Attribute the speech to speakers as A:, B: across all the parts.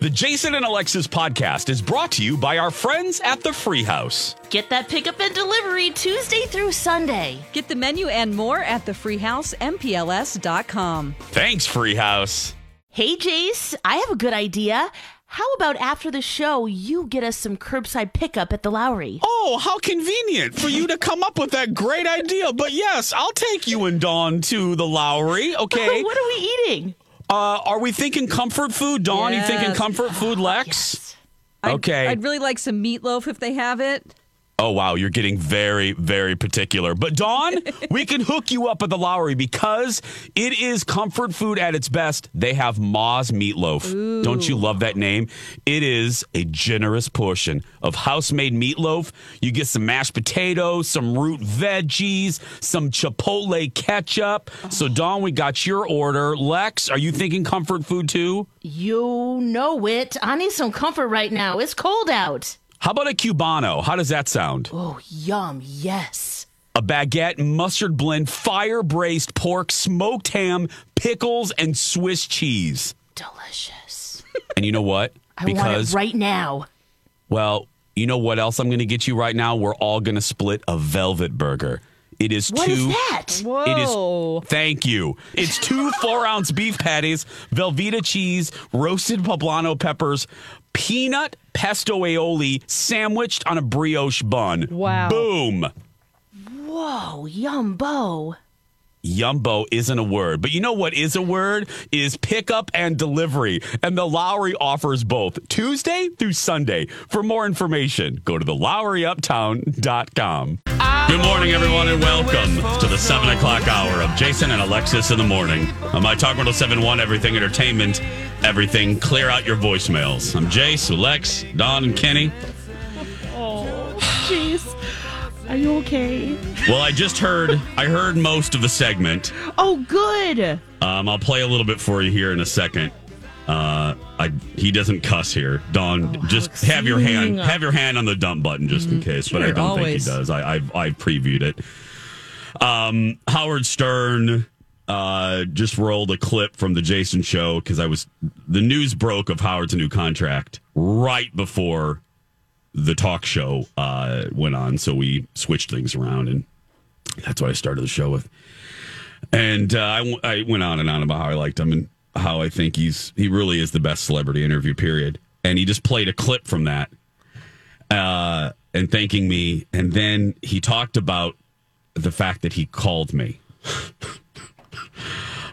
A: The Jason and Alexis podcast is brought to you by our friends at the Free House.
B: Get that pickup and delivery Tuesday through Sunday.
C: Get the menu and more at thefreehousempls.com.
A: Thanks, Free House.
B: Hey, Jace, I have a good idea. How about after the show, you get us some curbside pickup at the Lowry?
A: Oh, how convenient for you to come up with that great idea. But yes, I'll take you and Dawn to the Lowry, okay?
B: what are we eating?
A: Uh, are we thinking comfort food? Dawn, you thinking
C: Yes.
A: comfort food, Lex?
C: I'd-
A: Okay.
C: I'd really like some meatloaf if they have it.
A: Oh, wow. You're getting very, very particular. But, Dawn, we can hook you up at the Lowry because it is comfort food at its best. They have Ma's Meatloaf. Don't you love that name? It is a generous portion of house made meatloaf. You get some mashed potatoes, some root veggies, some Chipotle ketchup. So, Dawn, we got your order. Lex, are you thinking comfort food too?
B: You know it. I need some comfort right now. It's cold out.
A: How about a Cubano? How does that sound?
B: Oh, yum. Yes.
A: a baguette, mustard blend, fire braised pork, smoked ham, pickles, and Swiss cheese.
B: Delicious.
A: And you know what?
B: I want
A: because,
B: it right now.
A: well, you know what else I'm going to get you right now? We're all going to split a velvet burger. It is
B: What
A: two.
B: is that?
C: Whoa.
A: It is. Thank you. It's two four ounce beef patties, Velveeta cheese, roasted poblano peppers, peanut pesto aioli sandwiched on a brioche bun.
C: Wow.
A: Boom.
B: Whoa, yumbo.
A: Yumbo isn't a word, but you know what is a word? Is pickup and delivery. And the Lowry offers both Tuesday through Sunday. For more information, go to the LowryUptown.com. Good morning, everyone, and welcome to the 7 o'clock hour of Jason and Alexis in the morning. On my Talk 1071, Everything Entertainment, Everything. Clear out your voicemails. I'm Jace, Lex, Don, and Kenny.
D: Jeez. Are you okay?
A: Well, I just heard, I heard most of the segment.
D: Oh, good.
A: Um, I'll play a little bit for you here in a second. Uh, I he doesn't cuss here.
C: Oh,
A: Don, just have your hand have your hand on the dump button just in case. but I
C: Mm-hmm. sure,
A: don't
C: always.
A: think he does. I, I've I've previewed it. Um, Howard Stern uh, just rolled a clip from the Jason show because I was the news broke of Howard's new contract right before the talk show uh, went on, so we switched things around, and that's what I started the show with. And uh, I, w- I went on and on about how I liked him and how I think he's he really is the best celebrity interview. Period. And he just played a clip from that, uh, and thanking me, and then he talked about the fact that he called me.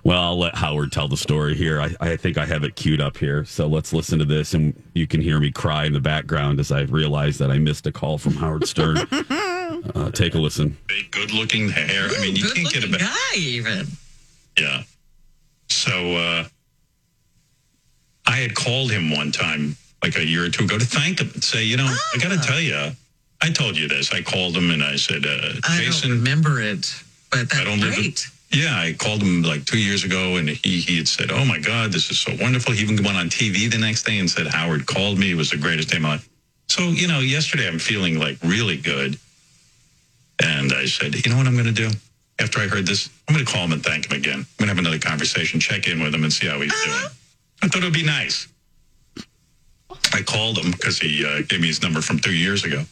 A: well, I'll let Howard tell the story here. I, I think I have it queued up here, so let's listen to this, and you can hear me cry in the background as I realize that I missed a call from Howard Stern. uh, take a listen.
E: big, good looking hair. I mean, you can't get a
F: Good-looking
E: better.
F: guy even.
E: Yeah. So uh, I had called him one time, like a year or two ago, to thank him and say, you know, I got to tell you, I told you this. I called him and I said, uh,
F: I
E: Jason.
F: don't remember it, but that's
E: I don't live in-
F: great.
E: Yeah, I called him like two years ago, and he, he had said, "Oh my God, this is so wonderful." He even went on TV the next day and said, "Howard called me. It was the greatest day of my life." So you know, yesterday I'm feeling like really good, and I said, "You know what I'm going to do?" After I heard this, I'm going to call him and thank him again. I'm going to have another conversation, check in with him, and see how he's doing. I thought it would be nice. I called him because he uh, gave me his number from two years ago.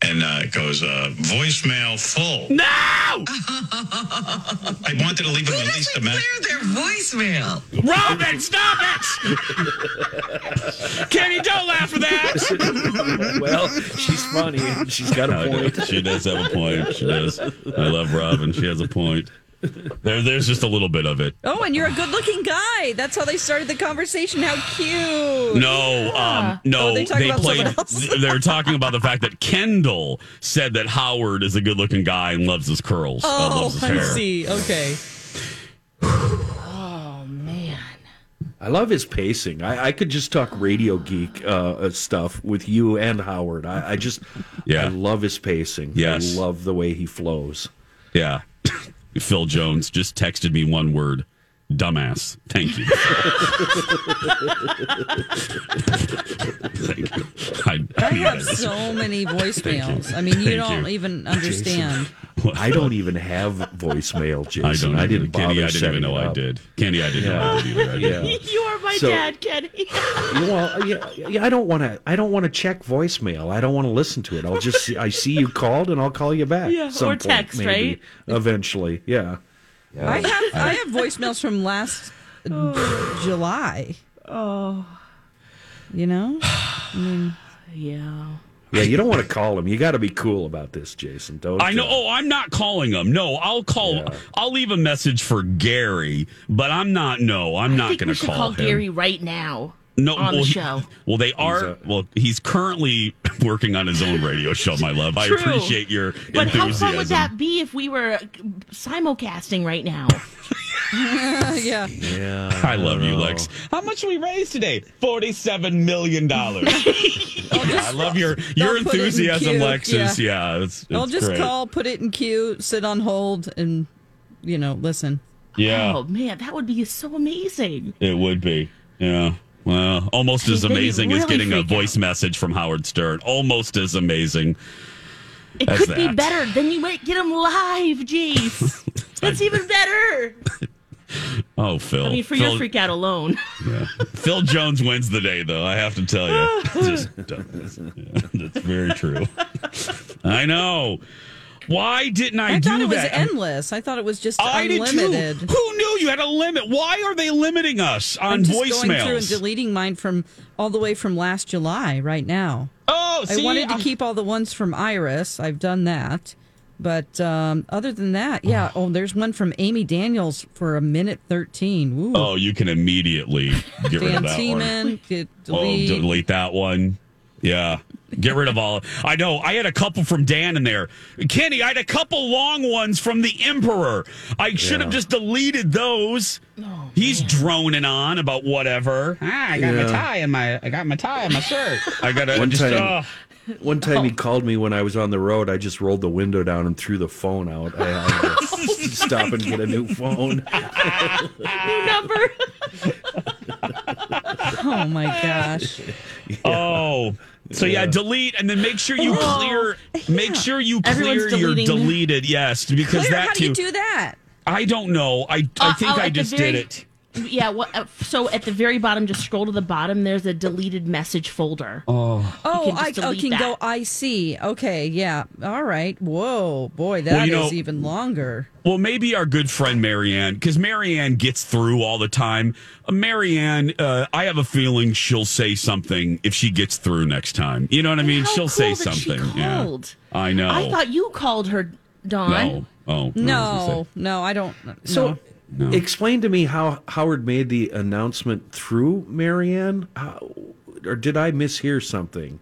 E: And uh, it goes, uh, voicemail full.
A: No!
E: I wanted to leave him at least a
F: Clear
E: message.
F: their voicemail.
A: Robin, stop it! Kenny, don't laugh at that!
G: well, she's funny. and She's got a point.
A: She does have a point. She does. I love Robin. She has a point. There, there's just a little bit of it.
C: Oh, and you're a good looking guy. That's how they started the conversation. How cute.
A: No, um, no,
C: Oh, they're talking
A: they
C: about
A: played.
C: someone else.
A: They're talking about the fact that Kendall said that Howard is a good-looking guy and loves his curls. uh,
C: Oh,
A: loves his
C: I
A: hair.
C: see. Okay.
G: I love his pacing. I, I could just talk radio geek uh, uh, stuff with you and Howard. I, I just,
A: Yeah.
G: I love his pacing.
A: Yes.
G: I love the way he flows.
A: Yeah, Phil Jones just texted me one word: dumbass. Thank you. Thank you. I,
C: I have so many voicemails. I mean, you
A: Thank
C: don't
A: you.
C: even understand.
G: I don't even have voicemail, Jason.
A: I don't.
G: I
A: even-
G: didn't bother
A: Kenny, I didn't
G: setting
A: even know
G: it
A: I
G: up.
A: did. Kenny, I didn't know I did either. I didn't.
G: Yeah.
B: You are my
G: So-
B: dad, Kenny.
G: You know, well, yeah, yeah, I don't want to. I don't want to check voicemail. I don't want to listen to it. I'll just. See, I see you called, and I'll call you back.
B: Yeah,
G: some
B: or
G: point,
B: text,
G: maybe,
B: right?
G: Eventually, yeah.
A: Uh,
C: I have I have voicemails from last uh, July. Oh. You know?
B: Yeah.
G: Yeah, you don't want to call him. You got to be cool about this, Jason. Don't.
A: I know.
G: uh,
A: Oh, I'm not calling him. No, I'll call. I'll leave a message for Gary, but I'm not. No, I'm
B: I
A: not
B: think
A: going
B: we
A: to
B: should
A: call,
B: call,
A: him.
B: Gary right now.
A: no,
B: on
A: well,
B: the
A: he-
B: show.
A: well, they are. well, he's currently working on his own radio show, my love. I
B: True.
A: appreciate your
B: But how
A: enthusiasm.
B: fun would that be if we were uh, simulcasting right now?
C: yeah.
G: Yeah.
A: I love you,
G: know.
A: Lex. How much we raised today? Forty-seven million dollars. I love your your
C: Don't put it in
A: enthusiasm,
C: queue.
A: Lex. Is yeah, it's, it's
C: I'll just
A: great.
C: call, put it in queue, sit on hold, and you know, listen.
A: Yeah,
B: Oh man, that would be so amazing.
A: It would be. Yeah. Well, almost as
B: Hey, they'd
A: amazing as
B: really
A: getting a
B: freak
A: voice message from Howard Stern. Almost as amazing.
B: It
A: That's
B: could be
A: that.
B: better. Then you might get him live, Jace. That's even better.
A: Oh, Phil.
B: I mean, for
A: Phil,
B: your freak out alone.
A: Phil Jones wins the day, though. I have to tell you, Just dumbass. Yeah, that's very true. I know. Why didn't I,
C: I,
A: do
C: thought it was
A: that?
C: endless. I thought it was just
A: I did too.
C: unlimited.
A: Who knew you had a limit? Why are they limiting us on
C: I'm just going through and
A: voicemails?
C: deleting mine from all the way from last July right now.
A: oh, see,
C: I wanted to
A: I'm-
C: keep all the ones from Iris. I've done that. But um, other than that, yeah. Oh, there's one from Amy Daniels for a minute 13. Ooh.
A: Oh, you can immediately get rid
C: Dan
A: of that one.
C: Seaman. Delete.
A: Oh, delete that one. Yeah. Get rid of all. I know. I had a couple from Dan in there. Kenny, I had a couple long ones from the Emperor. I should have just deleted those. He's droning on about whatever. Ah, I got my tie and my I got my tie and my shirt. I got to
G: One
A: just
G: time-
A: uh,
G: One time he called me when I was on the road. I just rolled the window down and threw the phone out. I, I had to stop and get a new phone.
B: New number.
C: Oh my gosh.
A: Oh. So yeah. delete and then make sure you clear make sure you
B: Oh, Everyone's
A: clear your
B: deleting.
A: deleted yes because
C: Claire,
A: that
C: how do
A: too
C: you do that?
A: I don't know. I I
B: Uh,
A: think
B: oh,
A: I
B: at the
A: just
B: very-
A: did it.
B: Yeah. What, uh, so at the very bottom, just scroll to the bottom. There's a deleted message folder.
C: Oh,
B: can
C: I
B: just
C: oh,
B: delete
C: can
B: that.
C: go. I see. Okay, yeah. All right. Whoa, boy, that is
A: you know-
C: even longer.
A: Well, maybe our good friend Marianne, because Marianne gets through all the time. Uh, Marianne, uh, I have a feeling she'll say something if she gets through next time. You know what I mean?
B: How
A: she'll
B: cool
A: say
B: that she
A: something.
B: called.
A: Yeah. I know.
B: I thought you called her, Dawn.
A: no. Oh
C: No, no, I don't.
G: So,
C: no.
G: explain to me how Howard made the announcement through Marianne, how, or did I mishear something?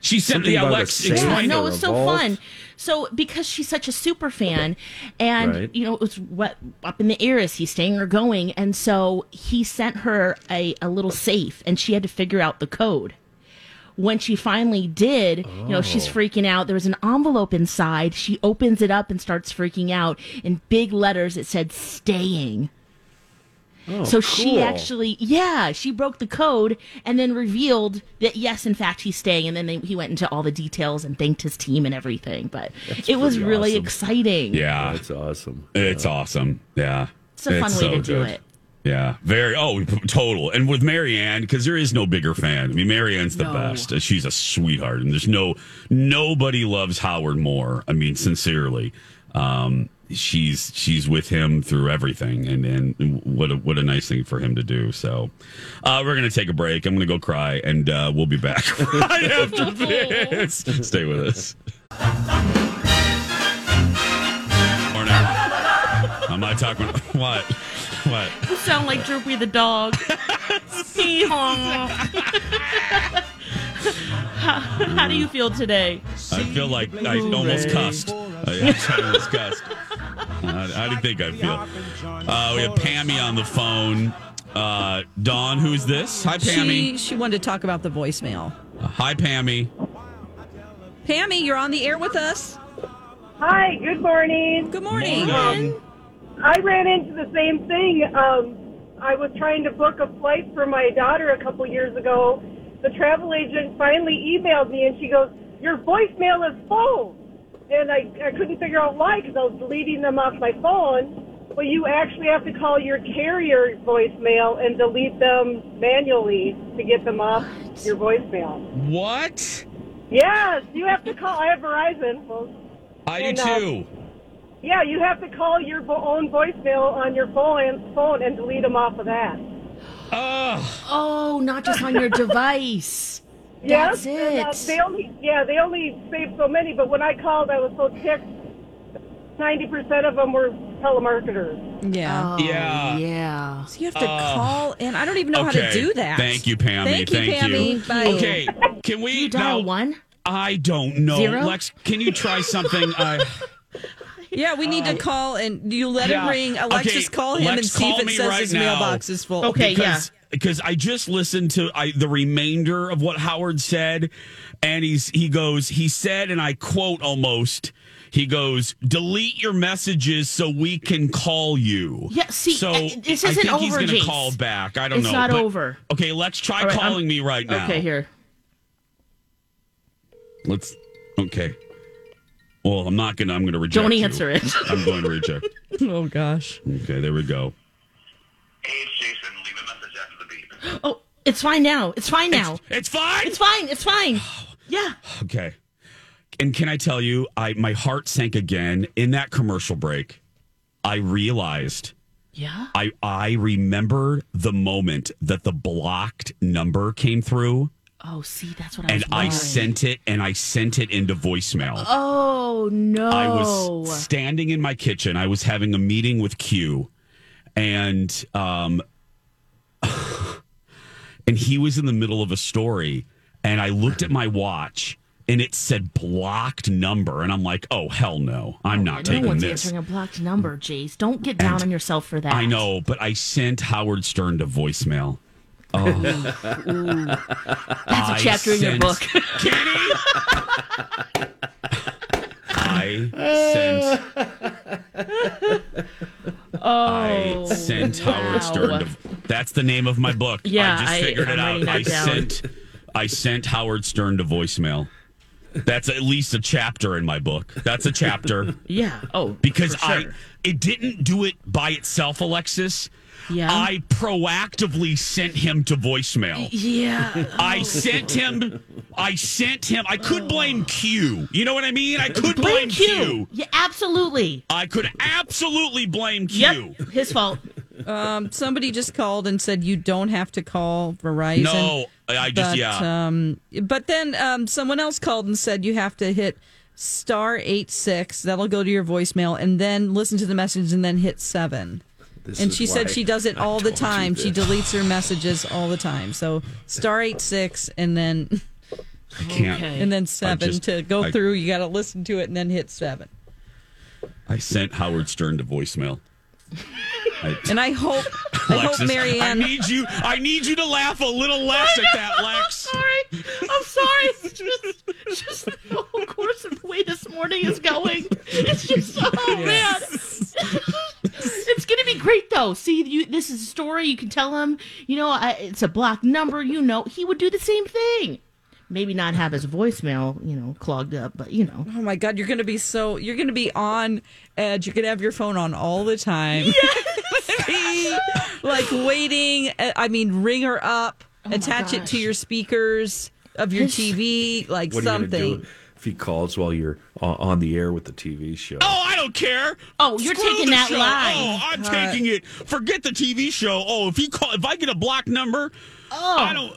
A: She sent
G: Something
A: yeah,
G: about a
A: Lex.
G: safe
A: Explain.
B: Yeah,
G: Explained
B: no,
G: her
B: it was so
G: revolt.
B: fun. So because she's such a super fan, and
G: Right.
B: you know it was what up in the air is he staying or going, and so he sent her a, a little safe, and she had to figure out the code. When she finally did, you know she's
G: Oh.
B: freaking out. There was an envelope inside. She opens it up and starts freaking out. In big letters, it said "staying."
G: Oh,
B: so she
G: cool.
B: actually, yeah, she broke the code and then revealed that yes, in fact, he's staying. And then they, he went into all the details and thanked his team and everything. But it was
G: pretty
B: really
G: awesome.
B: exciting.
A: Yeah.
G: That's awesome.
A: It's awesome. Yeah.
B: It's a fun way
A: so
B: to do
A: good.
B: it.
A: Yeah, very. Oh, total. And with Marianne, because there is no bigger fan. I mean, Marianne's the best. Uh, She's a sweetheart, and there's no nobody loves Howard more. I mean, sincerely, um, she's she's with him through everything, and and what a, what a nice thing for him to do. So, uh, we're gonna take a break. I'm gonna go cry, and uh, we'll be back right after this. Stay with us. Morning. I'm not talking. What? What?
B: You sound like Droopy the dog. Hee-haw. how, how do you feel today?
A: I feel like I almost cussed. I, I almost cussed. How, how do you think I feel? Uh, we have Pammy on the phone. Uh, Dawn, who's this? Hi,
C: She
A: Pammy.
C: she wanted to talk about the voicemail.
A: Hi, Pammy.
C: Pammy, you're on the air with us.
H: Hi, good morning.
C: Good morning.
H: I ran into the same thing. Um, I was trying to book a flight for my daughter a couple years ago. The travel agent finally emailed me and she goes, Your voicemail is full. And I, I couldn't figure out why because I was deleting them off my phone. But you actually have to call your carrier voicemail and delete them manually to get them off your voicemail.
A: What?
H: Yes, you have to call. I have Verizon. Well,
A: I
H: And,
A: do
H: uh,
A: too.
H: Yeah, you have to call your vo- own voicemail on your phone, phone and delete them off of that.
A: Ugh.
B: Oh, not just on your device. That's
H: yes, and, uh,
B: it.
H: they only yeah they only saved so many, but when I called, I was so ticked. Ninety percent of them were telemarketers.
C: Yeah.
B: Oh,
A: Yeah.
B: yeah.
C: so you have to call in. I don't even know how
A: Oh. okay.
C: to do that.
A: Thank you, Pammy.
C: Thank you,
A: Thank you.
C: Pammy. Bye.
A: Okay, can we
B: You dial
A: now-
B: one?
A: I don't know.
B: Zero?
A: Lex, can you try something? I.
C: Yeah, we need to call and you let
A: Uh, Yeah.
C: it ring. Alexis,
A: Okay,
C: call him
A: Lex,
C: and see
A: call
C: if it
A: me
C: says
A: right
C: his
A: now.
C: mailbox is full.
B: Okay,
A: because, Oh, because I just listened to I, the remainder of what Howard said, and he's he goes he said, and I quote almost he goes delete your messages so we can call you.
B: Yeah, see,
A: so
B: uh, this
A: I
B: isn't
A: think he's
B: over,
A: gonna
B: Jace.
A: call back. I don't
B: It's
A: know.
B: not
A: but-
B: over.
A: Okay, let's try
B: All right, I'm-
A: calling me right now.
B: Okay, here.
A: Let's. Okay. Well, I'm not gonna. I'm gonna reject.
B: Don't
A: you.
B: answer it.
A: I'm going to reject.
C: Oh gosh.
A: Okay, there we go.
E: Hey, it's Jason. Leave a message after the beep.
B: Oh, it's fine now. It's fine now.
A: It's fine.
B: It's fine. It's fine. Yeah.
A: Okay. And can I tell you, I my heart sank again in that commercial break. I realized
B: Yeah.
A: I I remember the moment that the blocked number came through
B: Oh, see, that's what I was
A: and I
B: wondering.
A: sent it and I sent it into voicemail.
B: Oh no.
A: I
B: Oh.
A: was standing in my kitchen. I was having a meeting with Q, and um, and he was in the middle of a story, and I looked at my watch. And it said blocked number, and I'm like, "Oh hell no, I'm not
B: no
A: taking
B: one's
A: this."
B: answering a blocked number, Jace. Don't get down on yourself for that.
A: I know, but I sent Howard Stern to voicemail. Oh.
B: That's a
A: I
B: chapter in your
A: sent-
B: book.
A: Kenny. I sent. I sent Howard
B: Oh, wow.
A: Stern. To, that's the name of my book.
B: Yeah,
A: I just
B: I-
A: figured it
B: I'm
A: out.
B: writing that
A: I
B: down.
A: sent. I sent Howard Stern to voicemail. That's at least a chapter in my book. That's a chapter
B: yeah. Oh,
A: because
B: for sure.
A: I it didn't do it by itself, Alexis.
B: Yeah.
A: I proactively sent him to voicemail.
B: Yeah.
A: I sent him. I sent him. I could blame Q. You know what I mean? I could blame,
B: Oh. Blame
A: Q.
B: Q. Yeah, absolutely.
A: I could absolutely blame Q.
B: Yep. His fault.
C: Um, somebody just called and said you don't have to call Verizon.
A: No, I- I just-
C: but,
B: uh,
A: yeah.
C: Um, but then um, someone else called and said you have to hit star eight six. That'll go to your voicemail, and then listen to the message, and then hit seven.
G: This
C: and
G: is
C: she said
G: why
C: she does it
G: I
C: all the
G: told you
C: time. She
G: this.
C: deletes her messages all the time. So star eight six, and then
A: I can't.
C: and then seven
A: just-
C: to go
A: I-
C: through. You got to listen to it and then hit seven.
A: I sent Howard Stern to voicemail. I,
C: And I hope I hope
A: Alexis, I
C: Marianne.
A: need you. I need you to laugh a little less at that, Lex.
B: Sorry. I'm sorry. It's just, just the whole course of the way this morning is going. It's just oh man. it's gonna be great though. See, you this is a story you can tell him. You know, I, it's a block number. You know, he would do the same thing. Maybe not have his voicemail, you know, clogged up, but you know.
C: Oh my God, you're going to be so, you're going to be on edge. You're going to have your phone on all the time. Yes. like waiting. uh, I mean, ring her up,
B: Oh my
C: attach it to
B: gosh.
C: your speakers of your
B: His-
C: TV, like
G: What are you
C: something.
G: going to do if he calls while you're on- on the air with the TV show?
A: Oh, I don't care.
B: Oh, you're
A: Screw
B: taking
A: the
B: that
A: show.
B: line.
A: Oh, I'm taking it. Forget the TV show. Oh, if he call, if I get a block number,
B: Oh.
A: I don't,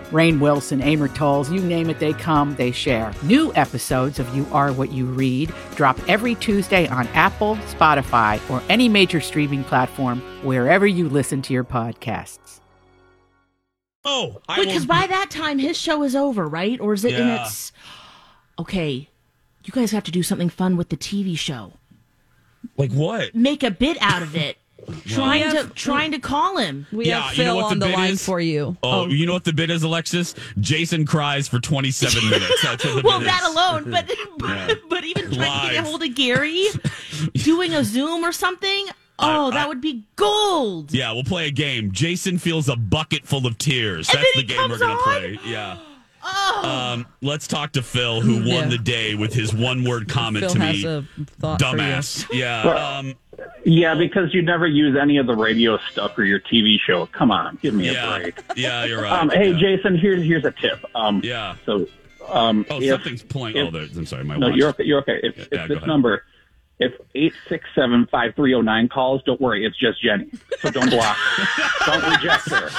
I: Rain Wilson, Amor Tolls, you name it, they come, they share. New episodes of You Are What You Read drop every Tuesday on Apple, Spotify, or any major streaming platform wherever you listen to your podcasts.
A: Oh,
B: Wait, because by that time his show is over, right? Or is it in
I: Yeah.
B: its? Okay, you guys have to do something fun with the TV show.
A: Like what?
B: Make a bit out of it. trying to trying to call him.
C: We
A: Yeah,
C: have
A: you
C: Phil
A: know what the
C: on the,
A: bit
C: line
A: is?
C: for you.
A: Oh, you know what the bit is, Alexis? Jason cries for 27 minutes. That's what the
B: well,
A: bit
B: that
A: is.
B: alone, but but even trying to get
A: Live.
B: a hold of Gary, doing a Zoom or something. Oh, that would be gold.
A: Yeah, we'll play a game. Jason feels a bucket full of tears.
B: And
A: That's the
B: then he
A: game we're
B: comes
A: gonna
B: on?
A: play. Yeah.
B: Oh. Mm,
A: Um, let's talk to Phil, who won
C: Yeah.
A: the day with his one-word comment
C: Phil
A: to
C: has
A: me.
C: a thought for you.
A: Dumbass. Yeah.
J: Well,
A: Um,
J: Yeah, because you never use any of the radio stuff or your TV show. Come on, give me
A: Oh, yeah.
J: a break.
A: Yeah, you're right.
J: Um, hey,
A: yeah.
J: Jason, here's here's a tip. Um,
A: yeah.
J: So, um,
A: Oh,
J: if-
A: something's playing.
J: if-
A: oh, there. I'm sorry. My
J: no,
A: watch.
J: you're okay. You're okay. If,
A: Yeah,
J: if
A: yeah, go
J: this
A: ahead.
J: number, if eight six seven five three zero nine calls, don't worry, it's just Jenny. So don't block, don't reject her.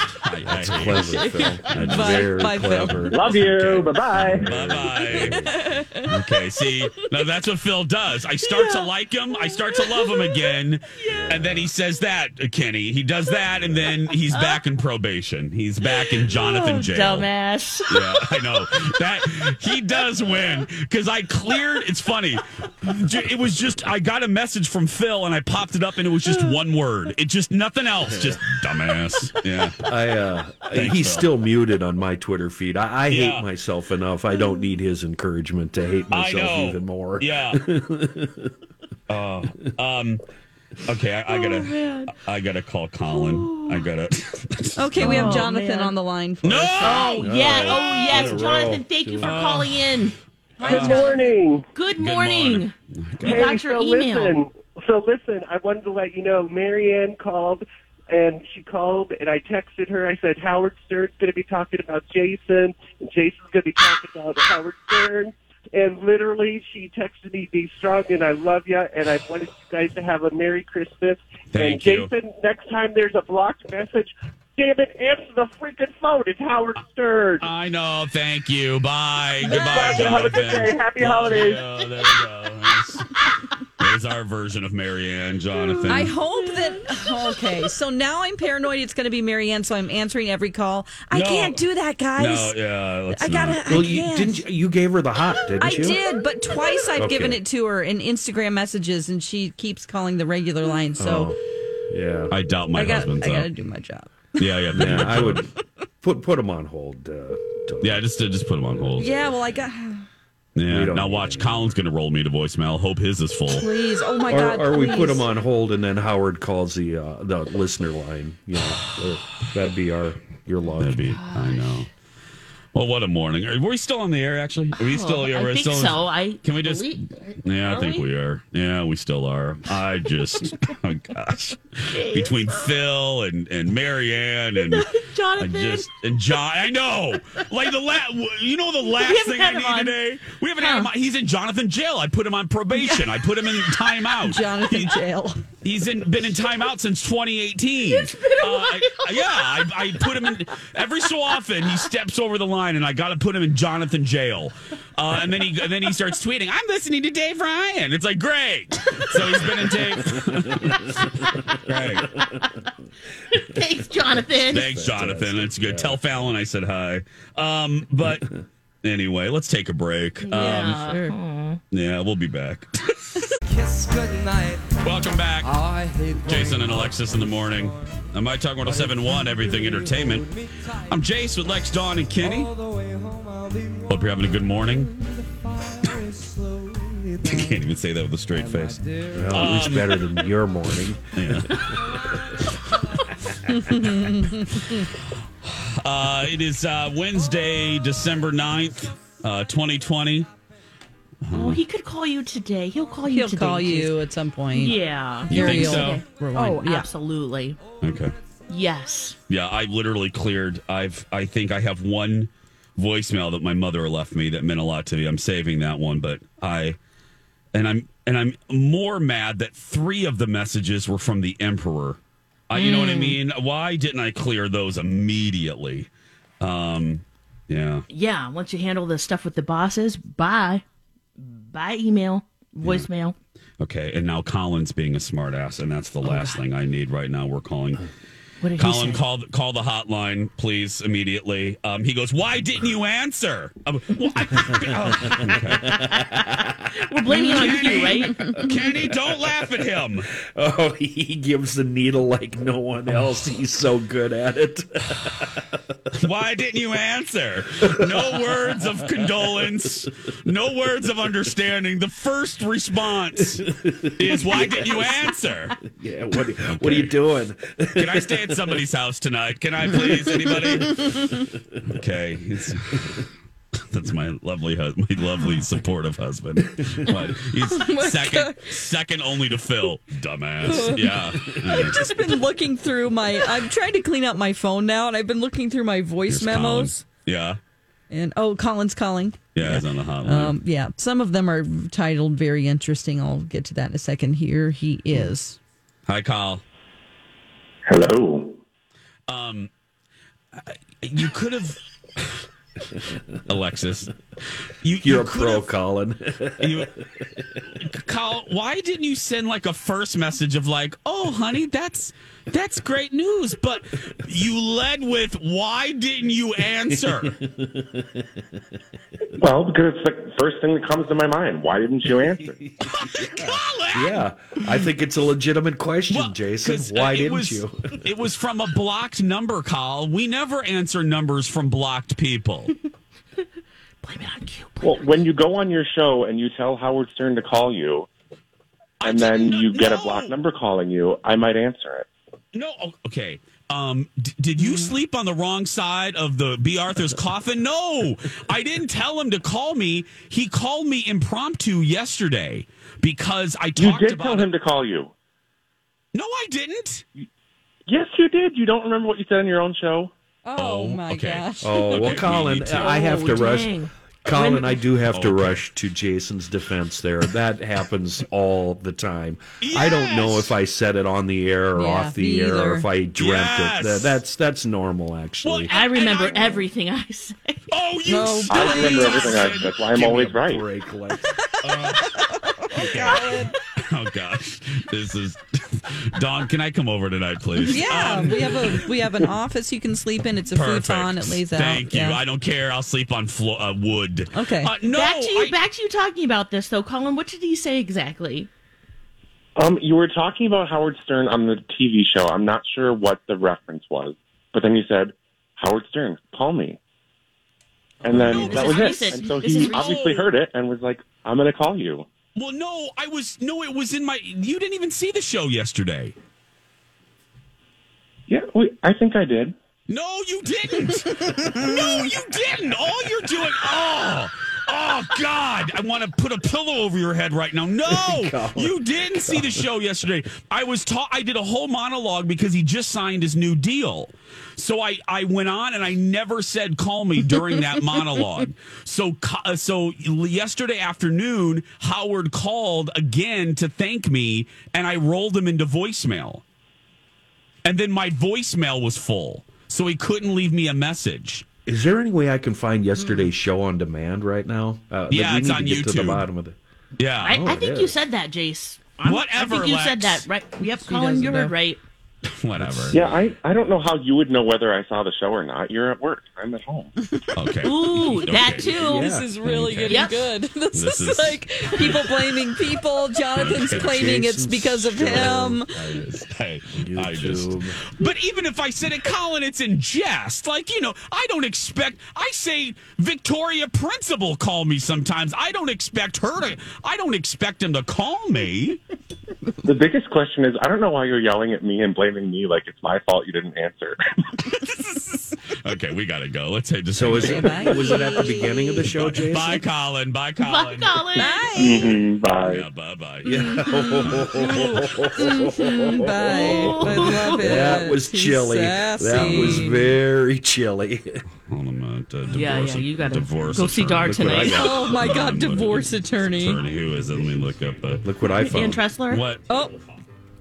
G: That's clever, Phil. That's
J: Bye.
G: very
J: Bye, Phil.
G: clever.
J: Love you. Bye bye.
A: Bye bye. okay, see, now that's what Phil does. I start to like him, I start to love him again, and then he says that, uh, Kenny. He does that, and then he's back in probation. He's back in Jonathan
B: Oh,
A: jail.
B: dumbass.
A: Yeah, I know that he does win because I cleared. It's funny. J- It was just I got a message from Phil and I popped it up and it was
B: Uh.
A: just one word. It just nothing else. Just dumbass. Yeah.
G: I uh,
A: Thanks,
G: he's
A: Phil.
G: still muted on my Twitter feed. I, I
A: Yeah.
G: hate myself enough. I don't need his encouragement to hate
A: I
G: myself
A: know.
G: even more.
A: Yeah. Oh. um. Okay. I, I gotta.
C: Oh,
A: I gotta call Colin. I gotta.
C: Okay, we
A: Oh,
C: have Jonathan
B: man.
C: on the line. For
A: No!
C: us.
B: Oh yeah.
A: Oh,
B: Oh yes,
A: what a
B: Jonathan.
A: row.
B: Thank you for
A: Oh.
B: calling in.
H: Good morning.
B: Good
A: morning.
B: morning. We
H: Hey,
B: got your
H: so
B: email.
H: listen. So listen, I wanted to let you know Marianne called and she called and I texted her. I said Howard Stern's going to be talking about Jason and Jason's going to be talking about Howard Stern. And literally, she texted me, "Be strong and I love ya, and I wanted you guys to have a Merry Christmas." and
A: Thank you.
H: Jason, next time there's a blocked message, damn it, answer the freaking phone. It's Howard Stern.
K: Uh,
A: I know. Thank you. Bye. Goodbye,
H: Bye. Have a
A: Jonathan.
H: good day. Happy
A: Love
H: holidays.
A: you. There we go. That's- There's our version of Marianne, Jonathan.
C: I hope that. oh, Okay, so now I'm paranoid. It's going to be Marianne, so I'm answering every call. I
A: No.
C: can't do that,
A: No.
C: guys.
A: Yeah. Let's
C: I gotta.
A: not.
C: I
G: Well, you
C: can't.
G: didn't. You, you gave her the hot, didn't
C: I
G: you?
C: did, but twice I've
G: Okay.
C: given it to her in Instagram messages, and she keeps calling the regular line. So
G: Yeah.
A: I doubt my
C: I got. I
A: husband's
C: got to
A: up.
C: do my job.
A: Yeah. Yeah.
G: yeah I would put put him on hold. Uh, to-
A: Yeah. Just uh, just put him on hold.
C: Yeah. Well, I got.
A: Yeah.
G: We don't
A: Now
G: need
A: watch. Colin's gonna roll me to voicemail. Hope his is full.
C: Please. Oh my
G: Or,
C: God.
G: or we put
C: please.
G: him on hold, and then Howard calls the uh, the listener line. You know, or that'd be our your luck.
A: That'd be, I know. Well, what a morning. Are we still on the air, actually? Are we still
B: Oh,
A: here?
B: I
A: We're
B: think
A: still
B: so. I
A: Can we just-
B: believe-
A: Yeah, I
B: Are
A: think we? are. Yeah, we still are. I just, oh gosh. Between Phil and, and Marianne and I
B: Jonathan.
A: just, and John, I know. Like the last, you know, the last
B: haven't
A: thing I
B: had him
A: need
B: on.
A: today? We haven't had him on. He's in Jonathan jail. I put him on probation. I put him in timeout.
C: Jonathan jail.
A: He's in, been in timeout since 2018. Uh, I- yeah, I, I put him in every so often. He steps over the line, and I got to put him in Jonathan jail. Uh, and then he and then he starts tweeting, "I'm listening to Dave Ryan." It's like great. So he's been in Dave. Great.
B: Thanks, Jonathan.
A: Thanks, Jonathan. That's good. Tell Fallon I said hi. Um, but anyway, let's take a break. Um,
D: Yeah.
B: Uh,
D: Sure.
A: yeah, we'll be back.
D: Kiss goodnight.
A: Welcome back. Jason and Alexis in the morning. On My Talk 1071, Everything Entertainment. I'm Jace with Lex, Dawn, and Kenny. Hope you're having a good morning. I can't even say that with a straight face.
G: Well, at least better than your morning.
A: Uh, it is uh, Wednesday, December 9th, uh, 2020.
B: Oh, he could call you today. He'll call you
C: He'll
B: today.
C: call you
B: Jason.
C: at some point.
B: Yeah.
A: You think
C: Ariel
A: so?
C: Rewind.
B: Oh, absolutely.
A: Okay.
B: Yes.
A: Yeah, I literally cleared. I've I think I have one voicemail that my mother left me that meant a lot to me. I'm saving that one, but I and I'm and I'm more mad that three of the messages were from the emperor. I, you know what I
B: Mm.
A: mean? Why didn't I clear those immediately? Um, yeah.
B: Yeah. Once you handle the stuff with the bosses, bye. By email, voicemail.
A: Okay, and now Colin's being a smartass, and that's the last thing I need right now. We're calling.
B: What did he
A: Colin,
B: say?
A: call call the hotline, please, immediately. Um, he goes, "Why didn't you answer?" Um, well, I- okay.
B: We're blaming it on you,
A: Kenny,
B: right?
A: Kenny, don't laugh at him.
G: Oh, he gives the needle like no one else. He's so good at it.
A: Why didn't you answer? No words of condolence. No words of understanding. The first response is, "Why didn't you answer?"
G: Yeah, what, what are you doing?
A: Can I stay at somebody's house tonight? Can I please? Anybody? Okay. It's- that's my lovely hus- my lovely supportive husband. But he's
C: Oh my
A: second second only to Phil. Dumbass. Yeah.
C: I've just been looking through my. I'm trying to clean up my phone now, and I've been looking through my voice
A: Here's
C: memos.
A: Colin. Yeah.
C: And oh, Colin's calling.
A: Yeah, he's on the hotline.
C: Um, yeah, some of them are titled very interesting. I'll get to that in a second. Here he is.
A: Hi, Kyle.
K: Hello.
A: Um, I- you could have Alexis. You,
G: You're a
A: could
G: pro,
A: have-
G: Colin.
A: You- Kyle, why didn't you send like a first message of like, "Oh, honey, that's that's great news," but you led with, "Why didn't you answer?"
K: Well, because it's the first thing that comes to my mind. Why didn't you answer?
G: yeah, I think it's a legitimate question, Jason.
A: 'Cause, uh,
G: Why
A: it
G: didn't
A: was-
G: you?
A: It was from a blocked number, Kyle. We never answer numbers from blocked people.
K: Well, when you go on your show and you tell Howard Stern to call you, and then you get a blocked number calling you, I might answer it.
A: No, o- okay. Um, d- did you sleep on the wrong side of the B. Arthur's coffin? No, I didn't tell him to call me. He called me impromptu yesterday because I
K: You
A: talked
K: did
A: about
K: tell him to call you.
A: No, I didn't.
K: Yes, you did. You don't remember what you said on your own show.
C: Oh,
A: my gosh.
G: Oh, well, Colin, I have to rush. Colin, I do have to rush to Jason's defense there. That happens all the time. I don't know if I said it on the air or
B: Yeah,
G: off the
B: me
G: air
B: either.
G: or if I dreamt
B: Yes!
G: it. That, that's that's normal, actually.
B: I remember everything I say.
A: Oh, you
K: I remember everything I said. That's why I'm
G: Give me
K: always
G: a
K: right.
G: break, like,
A: Oh gosh, this is Don. Can I come over tonight, please?
C: Yeah,
A: Um,
C: we have a we have an office you can sleep in. It's a
A: perfect.
C: futon. It lays out.
A: Thank you.
C: Yeah.
A: I don't care. I'll sleep on flo- uh, wood.
C: Okay.
A: Uh, no,
B: Back to you. Back to you talking about this though, Colin. What did he say exactly?
K: Um, you were talking about Howard Stern on the TV show. I'm not sure what the reference was, but then you said, "Howard Stern, call me," and then
A: No,
K: that
A: this
K: was
A: is
K: it.
A: recent.
K: And so
A: This is
K: he
A: recent.
K: obviously heard it and was like, "I'm going to call you."
A: Well, no, I was no. It was in my. You didn't even see the show yesterday.
K: Yeah, we, I think I did.
A: No, you didn't. no, you didn't. All you're doing. Oh, oh God! I want to put a pillow over your head right now. No, you didn't see the show yesterday. I was taught. I did a whole monologue because he just signed his new deal. So I I went on and I never said call me during that monologue. So co- uh, so yesterday afternoon, Howard called again to thank me, and I rolled him into voicemail. And then my voicemail was full, so he couldn't leave me a message.
G: Is there any way I can find yesterday's show on demand right now? Uh, that
A: Hmm. Yeah,
G: we
A: it's
G: need
A: on
G: to get to the
A: YouTube.
G: bottom of it.
A: Yeah,
B: I, I think you said that, Jace.
A: Whatever,
B: I think you
A: Lex.
B: said that, right? Yep,
A: He
B: Colin,
A: doesn't
B: you
A: know.
B: were right.
A: Whatever.
K: Yeah, I, I don't know how you would know whether I saw the show or not. You're at work. I'm at home.
A: Okay.
B: Ooh, that too.
C: This is really
B: Okay.
C: getting
B: Yep.
C: good. This,
A: This
C: is,
A: is-
C: like people blaming people. Jonathan's claiming it's because of him.
A: I just, I, I just. But even if I said it, Colin, it's in jest. Like you know, I don't expect. I say Victoria Principal call me sometimes. I don't expect her to. I don't expect him to call me.
K: The biggest question is I don't know why you're yelling at me and blaming me like it's my fault you didn't answer.
A: Okay, we gotta go. Let's say just.
G: So is it- Bye. was it at the beginning of the show, Jason?
A: Bye, Colin. Bye, Colin.
B: Bye, Colin. Bye.
K: bye.
A: Yeah, bye, bye.
G: Oh,
C: Mhm, bye. I love it.
G: That was
C: He's
G: chilly. That
C: sassy.
G: was very chilly.
A: Hold on, uh,
C: Yeah, yeah, you gotta
A: divorce
C: go see
A: attorney.
C: Dar
A: Look what I
C: tonight.
A: got.
C: Oh, my God,
A: Hold on,
C: divorce
A: look at-
C: attorney.
A: Attorney, who is it? Let me look up. Uh,
G: look what I
B: Ann Tressler?
A: What?
C: Oh,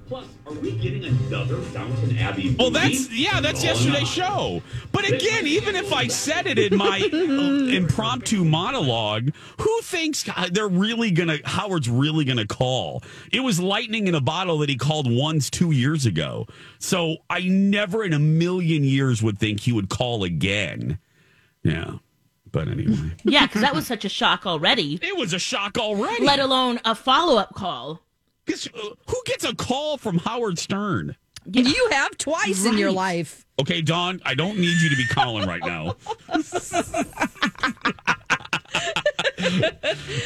L: Plus, are we getting another Downton Abbey? Oh,
A: Well, Oh, that's yeah, that's yesterday's show. But again, even if I said it in my uh, impromptu monologue, who thinks uh, they're really gonna Howard's really gonna call? It was lightning in a bottle that he called once two years ago. So I never in a million years would think he would call again. Yeah, but anyway,
B: Yeah, because that was such a shock already.
A: It was a shock already.
B: Let alone a follow up call.
A: 'Cause, uh, who gets a call from Howard Stern?
C: you have twice in your
B: Right.
C: life.
A: Okay, Don, I don't need you to be calling right now.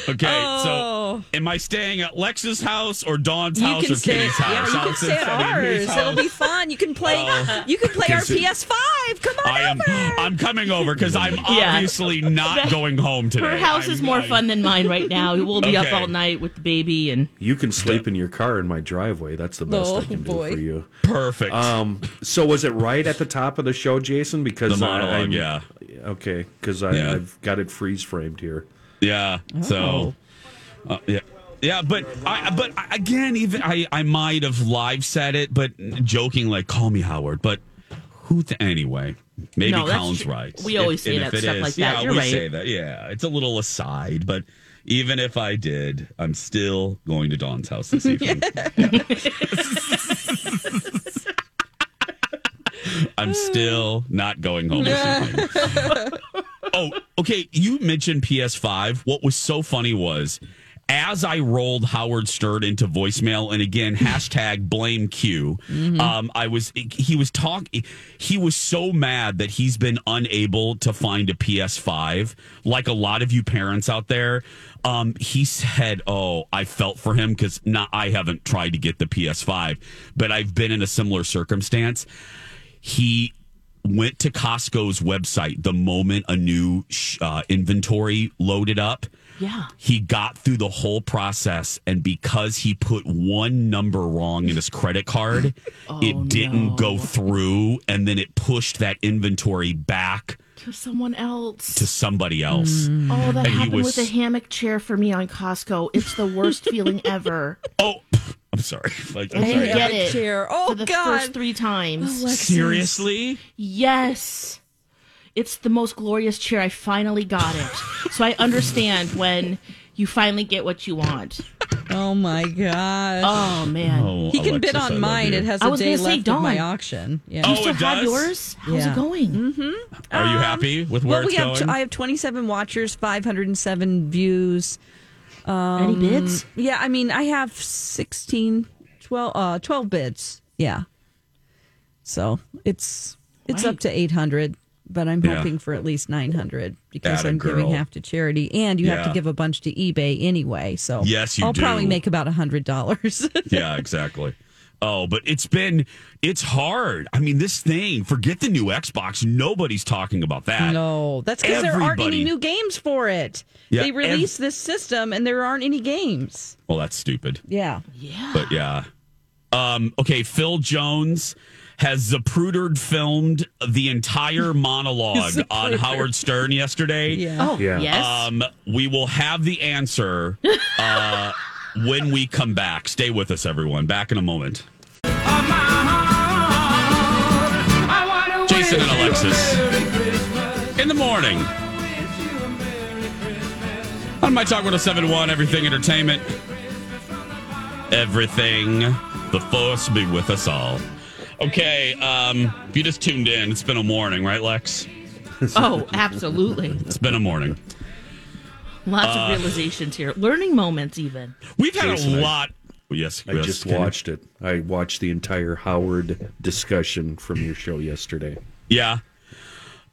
A: okay,
C: Oh.
A: so am I staying at Lex's house or Dawn's
C: You
A: house
C: can
A: or
C: stay.
A: Kitty's
C: Yeah,
A: house?
C: you can
A: House
C: stay at
A: instead of May's
C: ours. It'll
A: house.
C: be fun. You can play.
A: Oh.
C: you can play our
A: Consider-
C: PS5. Come on
A: I am.
C: over.
A: I'm coming over because I'm
B: Yeah.
A: obviously not going home today.
B: Her house
A: I'm-
B: is more
A: I-
B: fun than mine right now. We'll be up
A: Okay.
B: all night with the baby and
G: You can sleep in your car in my driveway. That's the best
B: Oh,
G: I can
B: boy.
G: do for you.
A: Perfect.
G: Um, so was it right at the top of the show, Jason? Because
A: The
G: I-
A: monologue,
G: I'm-
A: yeah.
G: Okay, because
A: Yeah.
G: I've got it freeze framed here.
A: Yeah. So,
B: Oh.
A: uh, yeah. Yeah, but I, but again, even I, I might have live said it, but joking like "call me Howard." But who? Th- anyway, maybe
B: No, that's
A: Colin's
B: true.
A: right.
B: We always say
A: and
B: that
A: it
B: stuff like that.
A: Yeah,
B: You're
A: we
B: right.
A: say that. Yeah, it's a little aside, but even if I did, I'm still going to Dawn's house this evening. I'm still not going home this evening. Oh, okay. You mentioned PS5. What was so funny was as I rolled Howard Stern into voicemail, and again, hashtag blame Q. Um, I was he was talking. He was so mad that he's been unable to find a PS5. Like a lot of you parents out there, um, he said, "Oh, I felt for him because not I haven't tried to get the PS5, but I've been in a similar circumstance." he went to Costco's website the moment a new sh- uh, inventory loaded up.
B: yeah.
A: He got through the whole process, and because he put one number wrong in his credit card, it didn't go through, and then it pushed that inventory back
B: To someone else.
A: to somebody else.
B: Oh, that
A: And he
B: happened
A: was-
B: with a hammock chair for me on Costco. It's the worst feeling ever.
A: Oh, I'm sorry. Like,
B: I
A: I'm
B: didn't
A: sorry.
B: get it.
C: Chair. Oh,
B: for the
C: God. Oh,
B: first three times.
A: Seriously?
B: Yes. It's the most glorious chair. I finally got it. so I understand when you finally get what you want.
C: Oh my gosh.
B: Oh man.
A: Oh,
C: he can
A: Alexis,
C: bid
A: I love
C: on mine.
A: you.
C: It has
B: I
C: a
B: was
C: day
B: gonna say,
C: left of my
B: Dawn.
C: auction. Yeah.
A: Oh,
B: you still
A: it
B: have
A: does?
B: yours? How's
C: Yeah. Mm-hmm.
B: it going?
A: Are you happy with where
C: um, well, we
A: it's
C: have
A: going?
C: I have 27 watchers, 507 views. Um,
B: Any bids?
C: Yeah, I mean, I have 16, 12, uh, 12 bids. Yeah. So it's it's up
B: Right.
C: to 800, but I'm
A: Yeah.
C: hoping for at least 900 because
A: Atta
C: I'm giving
A: girl.
C: half to charity, and you have to
A: Yeah.
C: give a bunch to eBay anyway. So
A: Yes, you
C: I'll probably
A: do.
C: make about hundred dollars.
A: yeah, exactly. Oh, but it's been it's hard. I mean, this thing, forget the new Xbox. Nobody's talking about that.
C: No, that's because there aren't any
A: Everybody-
C: new games for it.
A: Yeah,
C: they
A: ev-
C: released this system and there aren't any games.
A: Well, that's stupid.
C: Yeah.
A: But yeah. Um, okay, Phil Jones has Zaprudered filmed the entire monologue on
B: Zapruder.
A: Howard Stern yesterday.
B: Yeah. Oh, Yeah. yes.
A: Um, we will have the answer uh, when we come back. Stay with us, everyone. Back in a moment. Jason and Alexis. in the morning. On My Talk 1071, Everything Entertainment. Everything. The force be with us all. Okay, um, if you just tuned in, it's been a morning, right, Lex?
B: Oh, absolutely.
A: It's been a morning.
B: Lots
A: Uh,
B: of realizations here. Learning moments, even.
A: We've had
G: Jason,
A: a
G: I-
A: lot. yes,
G: I
A: yes,
G: just
A: Kenny.
G: watched it. I watched the entire Howard discussion from your show yesterday.
A: Yeah.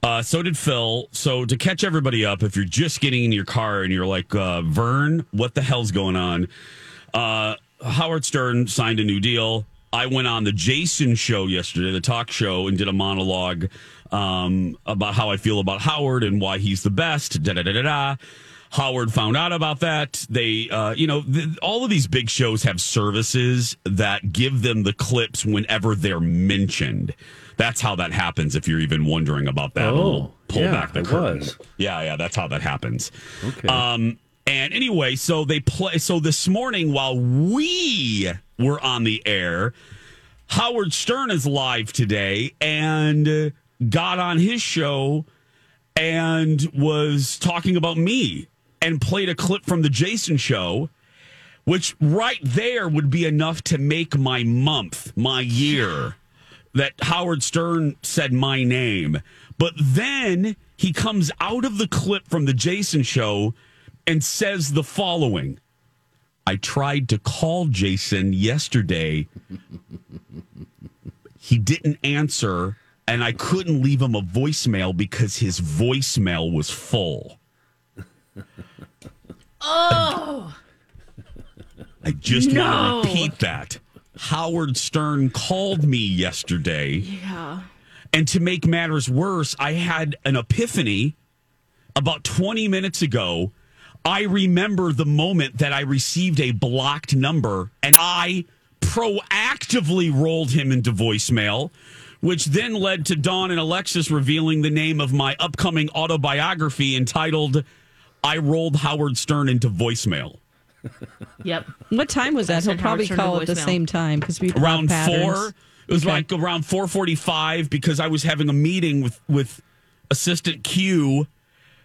A: Uh, so did Phil. So to catch everybody up, if you're just getting in your car and you're like, uh, Vern, what the hell's going on? Uh, Howard Stern signed a new deal. I went on the Jason show yesterday, the talk show, and did a monologue um, about how I feel about Howard and why he's the best. Da da da da da. Howard found out about that. They, uh, you know, th- all of these big shows have services that give them the clips whenever they're mentioned. That's how that happens. If you're even wondering about that, A little Oh, pull
G: yeah,
A: back the
G: it
A: curtain.
G: was.
A: Yeah, yeah, that's how that happens. Okay.
G: Uh,
A: Um, and anyway, so they play. So this morning, while we were on the air, Howard Stern is live today and uh, got on his show and was talking about me and played a clip from the Jason show, which right there would be enough to make my month, my year that Howard Stern said my name. But then he comes out of the clip from the Jason show and says the following I tried to call Jason yesterday. He didn't answer, and I couldn't leave him a voicemail because his voicemail was full.
B: Oh,
A: I just
B: No.
A: want to repeat that. Howard Stern called me yesterday.
B: yeah.
A: And to make matters worse, I had an epiphany about 20 minutes ago. I remember the moment that I received a blocked number and I proactively rolled him into voicemail, which then led to Dawn and Alexis revealing the name of my upcoming autobiography entitled I Rolled Howard Stern into Voicemail.
B: Yep.
C: What time was
B: I
C: that?
B: said
C: He'll probably
B: Howard Stern to
C: call at the
B: voicemail.
C: same time because we
A: around
C: have patterns.
A: four. It was like around four forty-five because I was having a meeting with with assistant Q,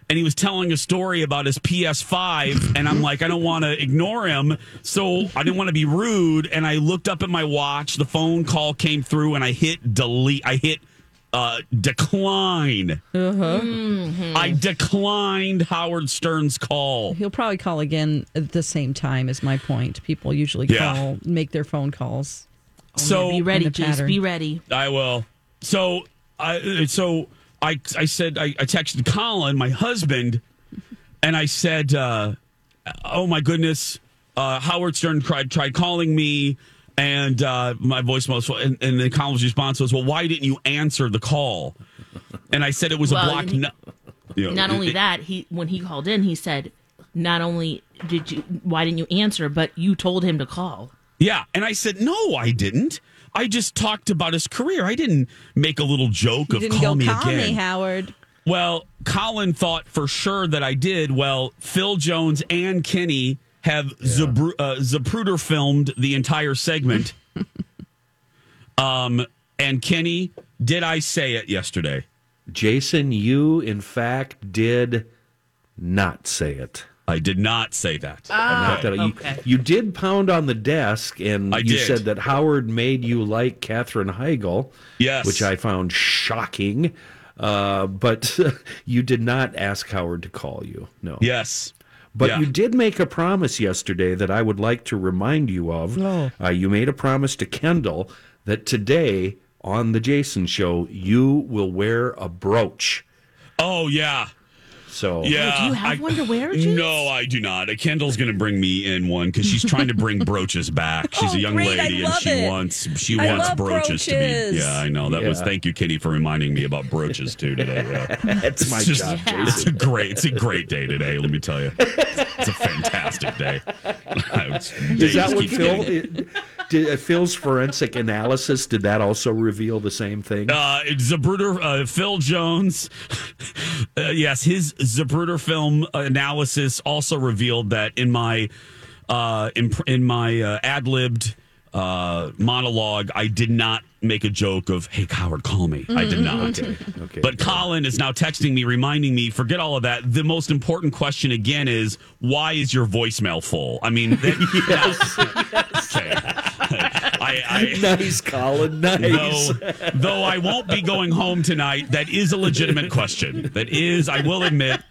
A: and he was telling a story about his PS5, and I'm like, I don't want to ignore him, so I didn't want to be rude, and I looked up at my watch. The phone call came through, and I hit delete. I hit uh, decline.
C: Uh-huh.
A: I declined Howard Stern's call.
C: He'll probably call again at the same time. Is my point. People usually
A: Yeah.
C: call, make their phone calls. Oh,
A: So
B: Be ready,
C: And the
B: Jace. Be
C: pattern.
B: ready.
A: I will. So I so I I said I, I texted Colin, my husband, and I said, uh, "Oh my goodness, uh, Howard Stern tried tried calling me." And uh, my voicemail, was, and, and then Colin's response was, "Well, why didn't you answer the call?" And I said it was
B: Well,
A: a blocked.
B: and he-
A: nu- you know,
B: Not only
A: it-
B: that, he when he called in, he said, "Not only did you, why didn't you answer? But you told him to call."
A: Yeah. And I said, no, I didn't. I just talked about his career. I didn't make a little joke of
C: didn't
A: call
C: go
A: me
C: call
A: again.
C: me, Howard.
A: Well, Colin thought for sure that I did. Well, Phil Jones and Kenny have Zabru- uh, Zapruder filmed the entire segment. um, and Kenny, did I say it yesterday?
G: Jason, you in fact did not say it.
A: I did not say that.
G: Not
A: Okay.
G: that I- you,
A: Okay.
G: you did pound on the desk, and
A: I
G: you
A: did.
G: said that Howard made you like Katherine Heigl.
A: Yes.
G: which I found shocking. Uh, but you did not ask Howard to call you. No.
A: Yes.
G: But
A: Yeah.
G: you did make a promise yesterday that I would like to remind you of.
A: No.
G: Uh, you made a promise to Kendall that today on the Jason Show you will wear a brooch.
A: Oh, yeah.
G: So
A: Yeah.
B: Do you have
A: I-
B: one to wear, Jace?
A: No, I do not. Kendall's going to bring me in one because she's trying to bring brooches back. She's
C: Oh,
A: a young
C: great. I
A: lady and
C: love
A: she
C: it.
A: wants she
C: I
A: wants
C: love
A: brooches, to
C: brooches.
A: be. Yeah, I know. That was
G: Yeah.
A: thank you, Kenny, for reminding me about brooches too today. Yeah.
G: That's
A: It's
G: my
A: just-
G: job,
A: It's a great it's a great day today. Let me tell you, it's a fantastic day.
G: Is that what
A: keeps
G: Phil?
A: getting-
G: Did, uh, Phil's forensic analysis did that also reveal the same thing?
A: Uh, Zabruder, uh, Phil Jones. uh, yes, his Zabruder film analysis also revealed that in my uh, in, in my uh, ad libbed uh, monologue, I did not make a joke of, hey, Howard, call me. I did not.
G: Okay, okay.
A: But Colin is now texting me, reminding me, forget all of that. The most important question again is, why is your voicemail full? I mean, that, I, I,
G: nice, Colin. Nice.
A: Though, though I won't be going home tonight, that is a legitimate question. That is, I will admit,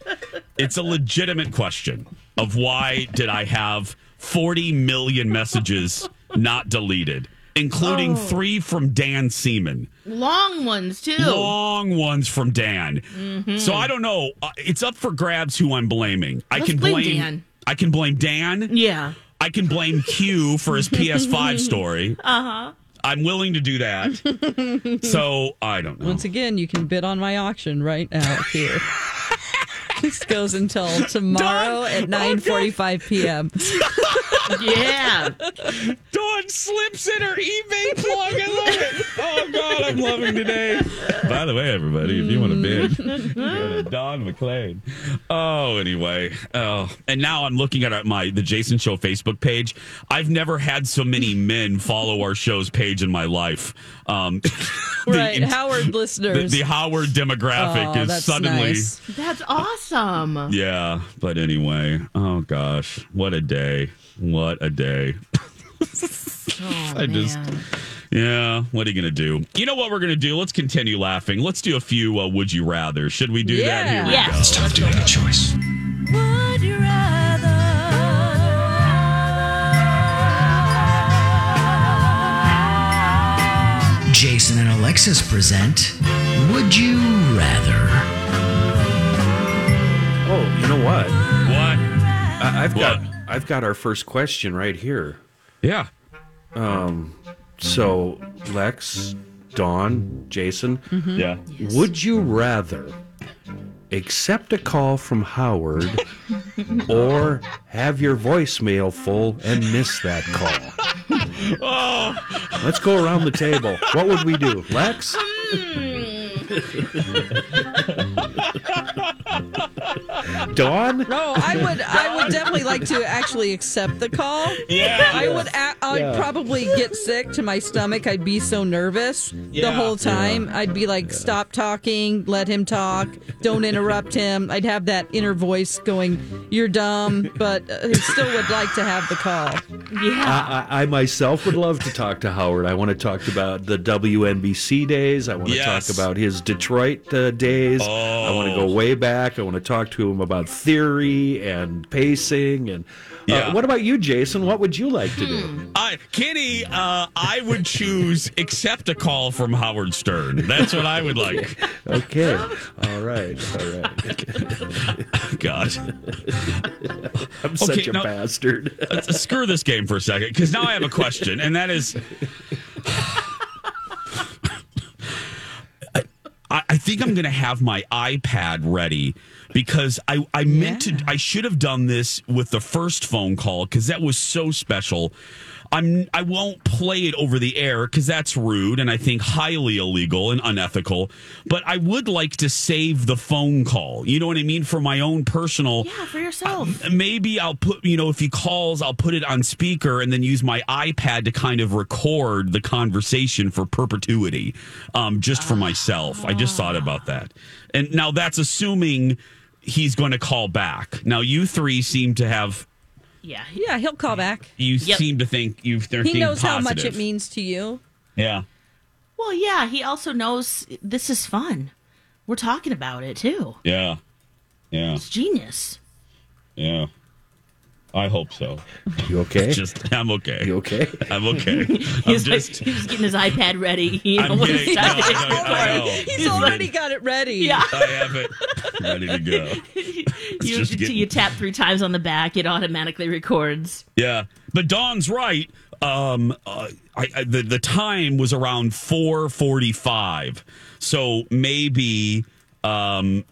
A: it's a legitimate question of why did I have 40 million messages not deleted, including
B: Oh.
A: three from Dan Seaman.
B: Long ones too.
A: Long ones from Dan.
B: Mhm.
A: So I don't know. Uh, It's up for grabs who I'm blaming. I
B: Let's
A: can
B: blame
A: blame,
B: Dan.
A: I can blame Dan.
B: Yeah.
A: I can blame Q for his
C: Uh-huh.
A: PS5 story.
B: Uh
A: I'm willing to do that.
B: huh.
A: So I don't know.
C: Once again, you can bid on my auction right now here. this goes until tomorrow
A: oh,
C: at 9:45 p.m.
B: yeah.
A: Dawn slips in her eBay plug. I love it. Oh God, I'm loving today. By the way, everybody, if you
C: Mm.
A: want to bid, you go to Don McLean. Oh, anyway. Oh, and now I'm looking at my the Jason Show Facebook page. I've never had so many men follow our show's page in my life. Um, the
C: Right,
A: ins-
C: Howard
A: the,
C: listeners.
A: the Howard demographic
C: Oh,
A: is
C: that's
A: suddenly.
C: nice.
B: That's awesome.
A: Yeah, but anyway. Oh gosh, what a day! What a day!
B: Oh,
A: I just,
B: man.
A: yeah. What are you gonna do? You know what we're gonna do? Let's continue laughing. Let's do a few. Uh, would you rather? Should we do that? Here we
B: Yeah.
A: go.
B: Yes. It's time
A: to make a choice.
D: Would you
M: Jason and Alexis present Would You Rather?
G: Oh, you know what?
A: What?
G: I, I've got I've got our first question right here.
A: Yeah.
G: Um. So, Lex, Dawn, Jason.
A: Mhm. Yeah.
G: Would you rather accept a call from Howard or have your voicemail full and miss that call?
A: Oh,
G: Let's go around the table. What would we do, Lex? Dawn?
C: No, I would. I would definitely like to actually accept the call.
D: Yeah.
C: I would. A- I'd
D: Yeah.
C: probably get sick to my stomach. I'd be so nervous the
D: Yeah.
C: whole time. I'd be like, "Stop talking. Let him talk. Don't interrupt him." I'd have that inner voice going, "You're dumb," but uh, I still would like to have the call.
A: Oh Uh,
B: Yeah.
G: I, I, I myself would love to talk to Howard. I want to talk about the WNBC days. I want to
A: Yes. Oh.
G: talk about his Detroit uh, days. I want to go way back. I want to talk to him about theory and pacing. And uh,
A: Yeah.
G: what about you, Jason? What would you like to do?
A: I, Kenny, uh, I would choose accept a call from Howard Stern. That's what I would like.
G: Okay. All right. All right.
A: God,
G: I'm such
A: Okay,
G: a
A: now-
G: bastard.
A: Let's- screw this game for a second because now I have a question, and that is, I, I think I'm going to have my iPad ready because I I meant to I should have done this with the first phone call because that was so special. I'm I won't play it over the air because that's rude and I think highly illegal and unethical. But I would like to save the phone call. You know what I mean for my own personal
B: Yeah, for yourself.
A: maybe I'll put, you know, if he calls, I'll put it on speaker and then use my iPad to kind of record the conversation for perpetuity, um, just for myself. I just
C: Ah.
A: thought about that. And now that's assuming he's going to call back. Now, you three seem to have,
B: Yeah.
C: Yeah, he'll call back.
A: you
C: Yep.
A: seem to think you've, they're
C: He
A: thinking
C: knows how much
A: positive.
C: it means to you.
A: Yeah.
B: Well, yeah, he also knows this is fun. We're talking about it too.
A: Yeah. Yeah.
B: It's genius.
A: Yeah. I hope so.
G: You okay?
A: Just, I'm okay.
G: You okay?
A: I'm okay. I'm
B: He's like,
A: just,
B: he was getting his iPad ready. You know,
A: I'm
B: when
A: getting-
B: he started
A: no, I know, I
B: recording.
A: know.
C: He's already got it ready.
B: Yeah.
A: I have it ready to go.
B: You,
A: just
B: till
A: getting-
B: you tap three times on the back, it automatically records.
A: Yeah, but Dawn's right. Um, uh, I, I, the the time was around four forty five, so maybe um,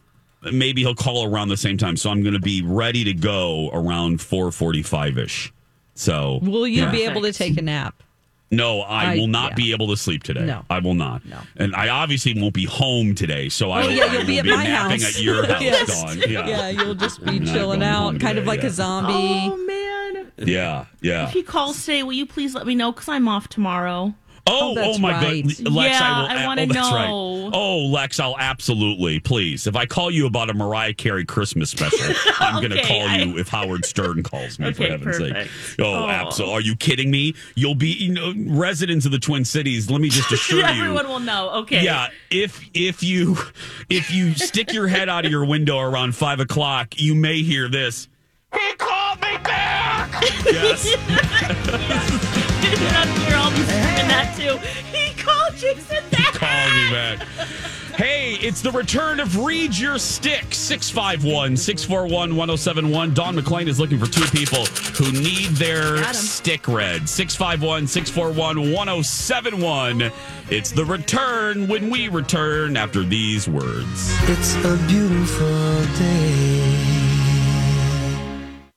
A: maybe he'll call around the same time. So I'm going to be ready to go around four forty five ish. So
C: Will you
A: yeah.
C: be able to take a nap?
A: No, I,
C: I-
A: will not
C: yeah.
A: be able to sleep today.
C: No.
A: I will not. No, and I obviously won't be home today. So I
C: Oh,
A: will, I
C: yeah, you'll
A: will
C: be at my
A: napping
C: house.
A: at your house,
C: Yes.
A: Dawn.
C: Yeah, you'll just be
A: I'm not
C: chilling
A: going
C: out,
A: home
C: kind of
A: today,
C: like
A: yeah.
C: a zombie.
B: Oh man!
A: Yeah, yeah.
B: If he calls today, will you please let me know? Because I'm off tomorrow.
A: Oh, oh,
C: that's
A: my
C: right.
A: goodness, Lex, I
C: Yeah,
A: will.
C: I
A: a-
C: wanna
A: oh, that's right.
C: know.
A: Oh, Lex, I'll absolutely please. If I call you about a Mariah Carey Christmas special, I'm going to
B: Okay,
A: call
B: I-
A: you if Howard Stern calls me. for
B: Okay,
A: heaven's
B: perfect.
A: sake! Oh,
B: Oh.
A: absolutely. Are you kidding me? You'll be you know, residents of the Twin Cities. Let me just assure you.
B: Everyone will know. Okay.
A: Yeah, if if you if you stick your head out of your window around five o'clock, you may hear this. Yes.
B: Did not hear all these and that too. He called Jason that.
A: Call me back. Hey, it's the return of Read Your Stick, 651 641 1071. Don McLean is looking for two people who need their stick read. 651 641 1071. It's the return when we return after these words.
D: It's a beautiful day.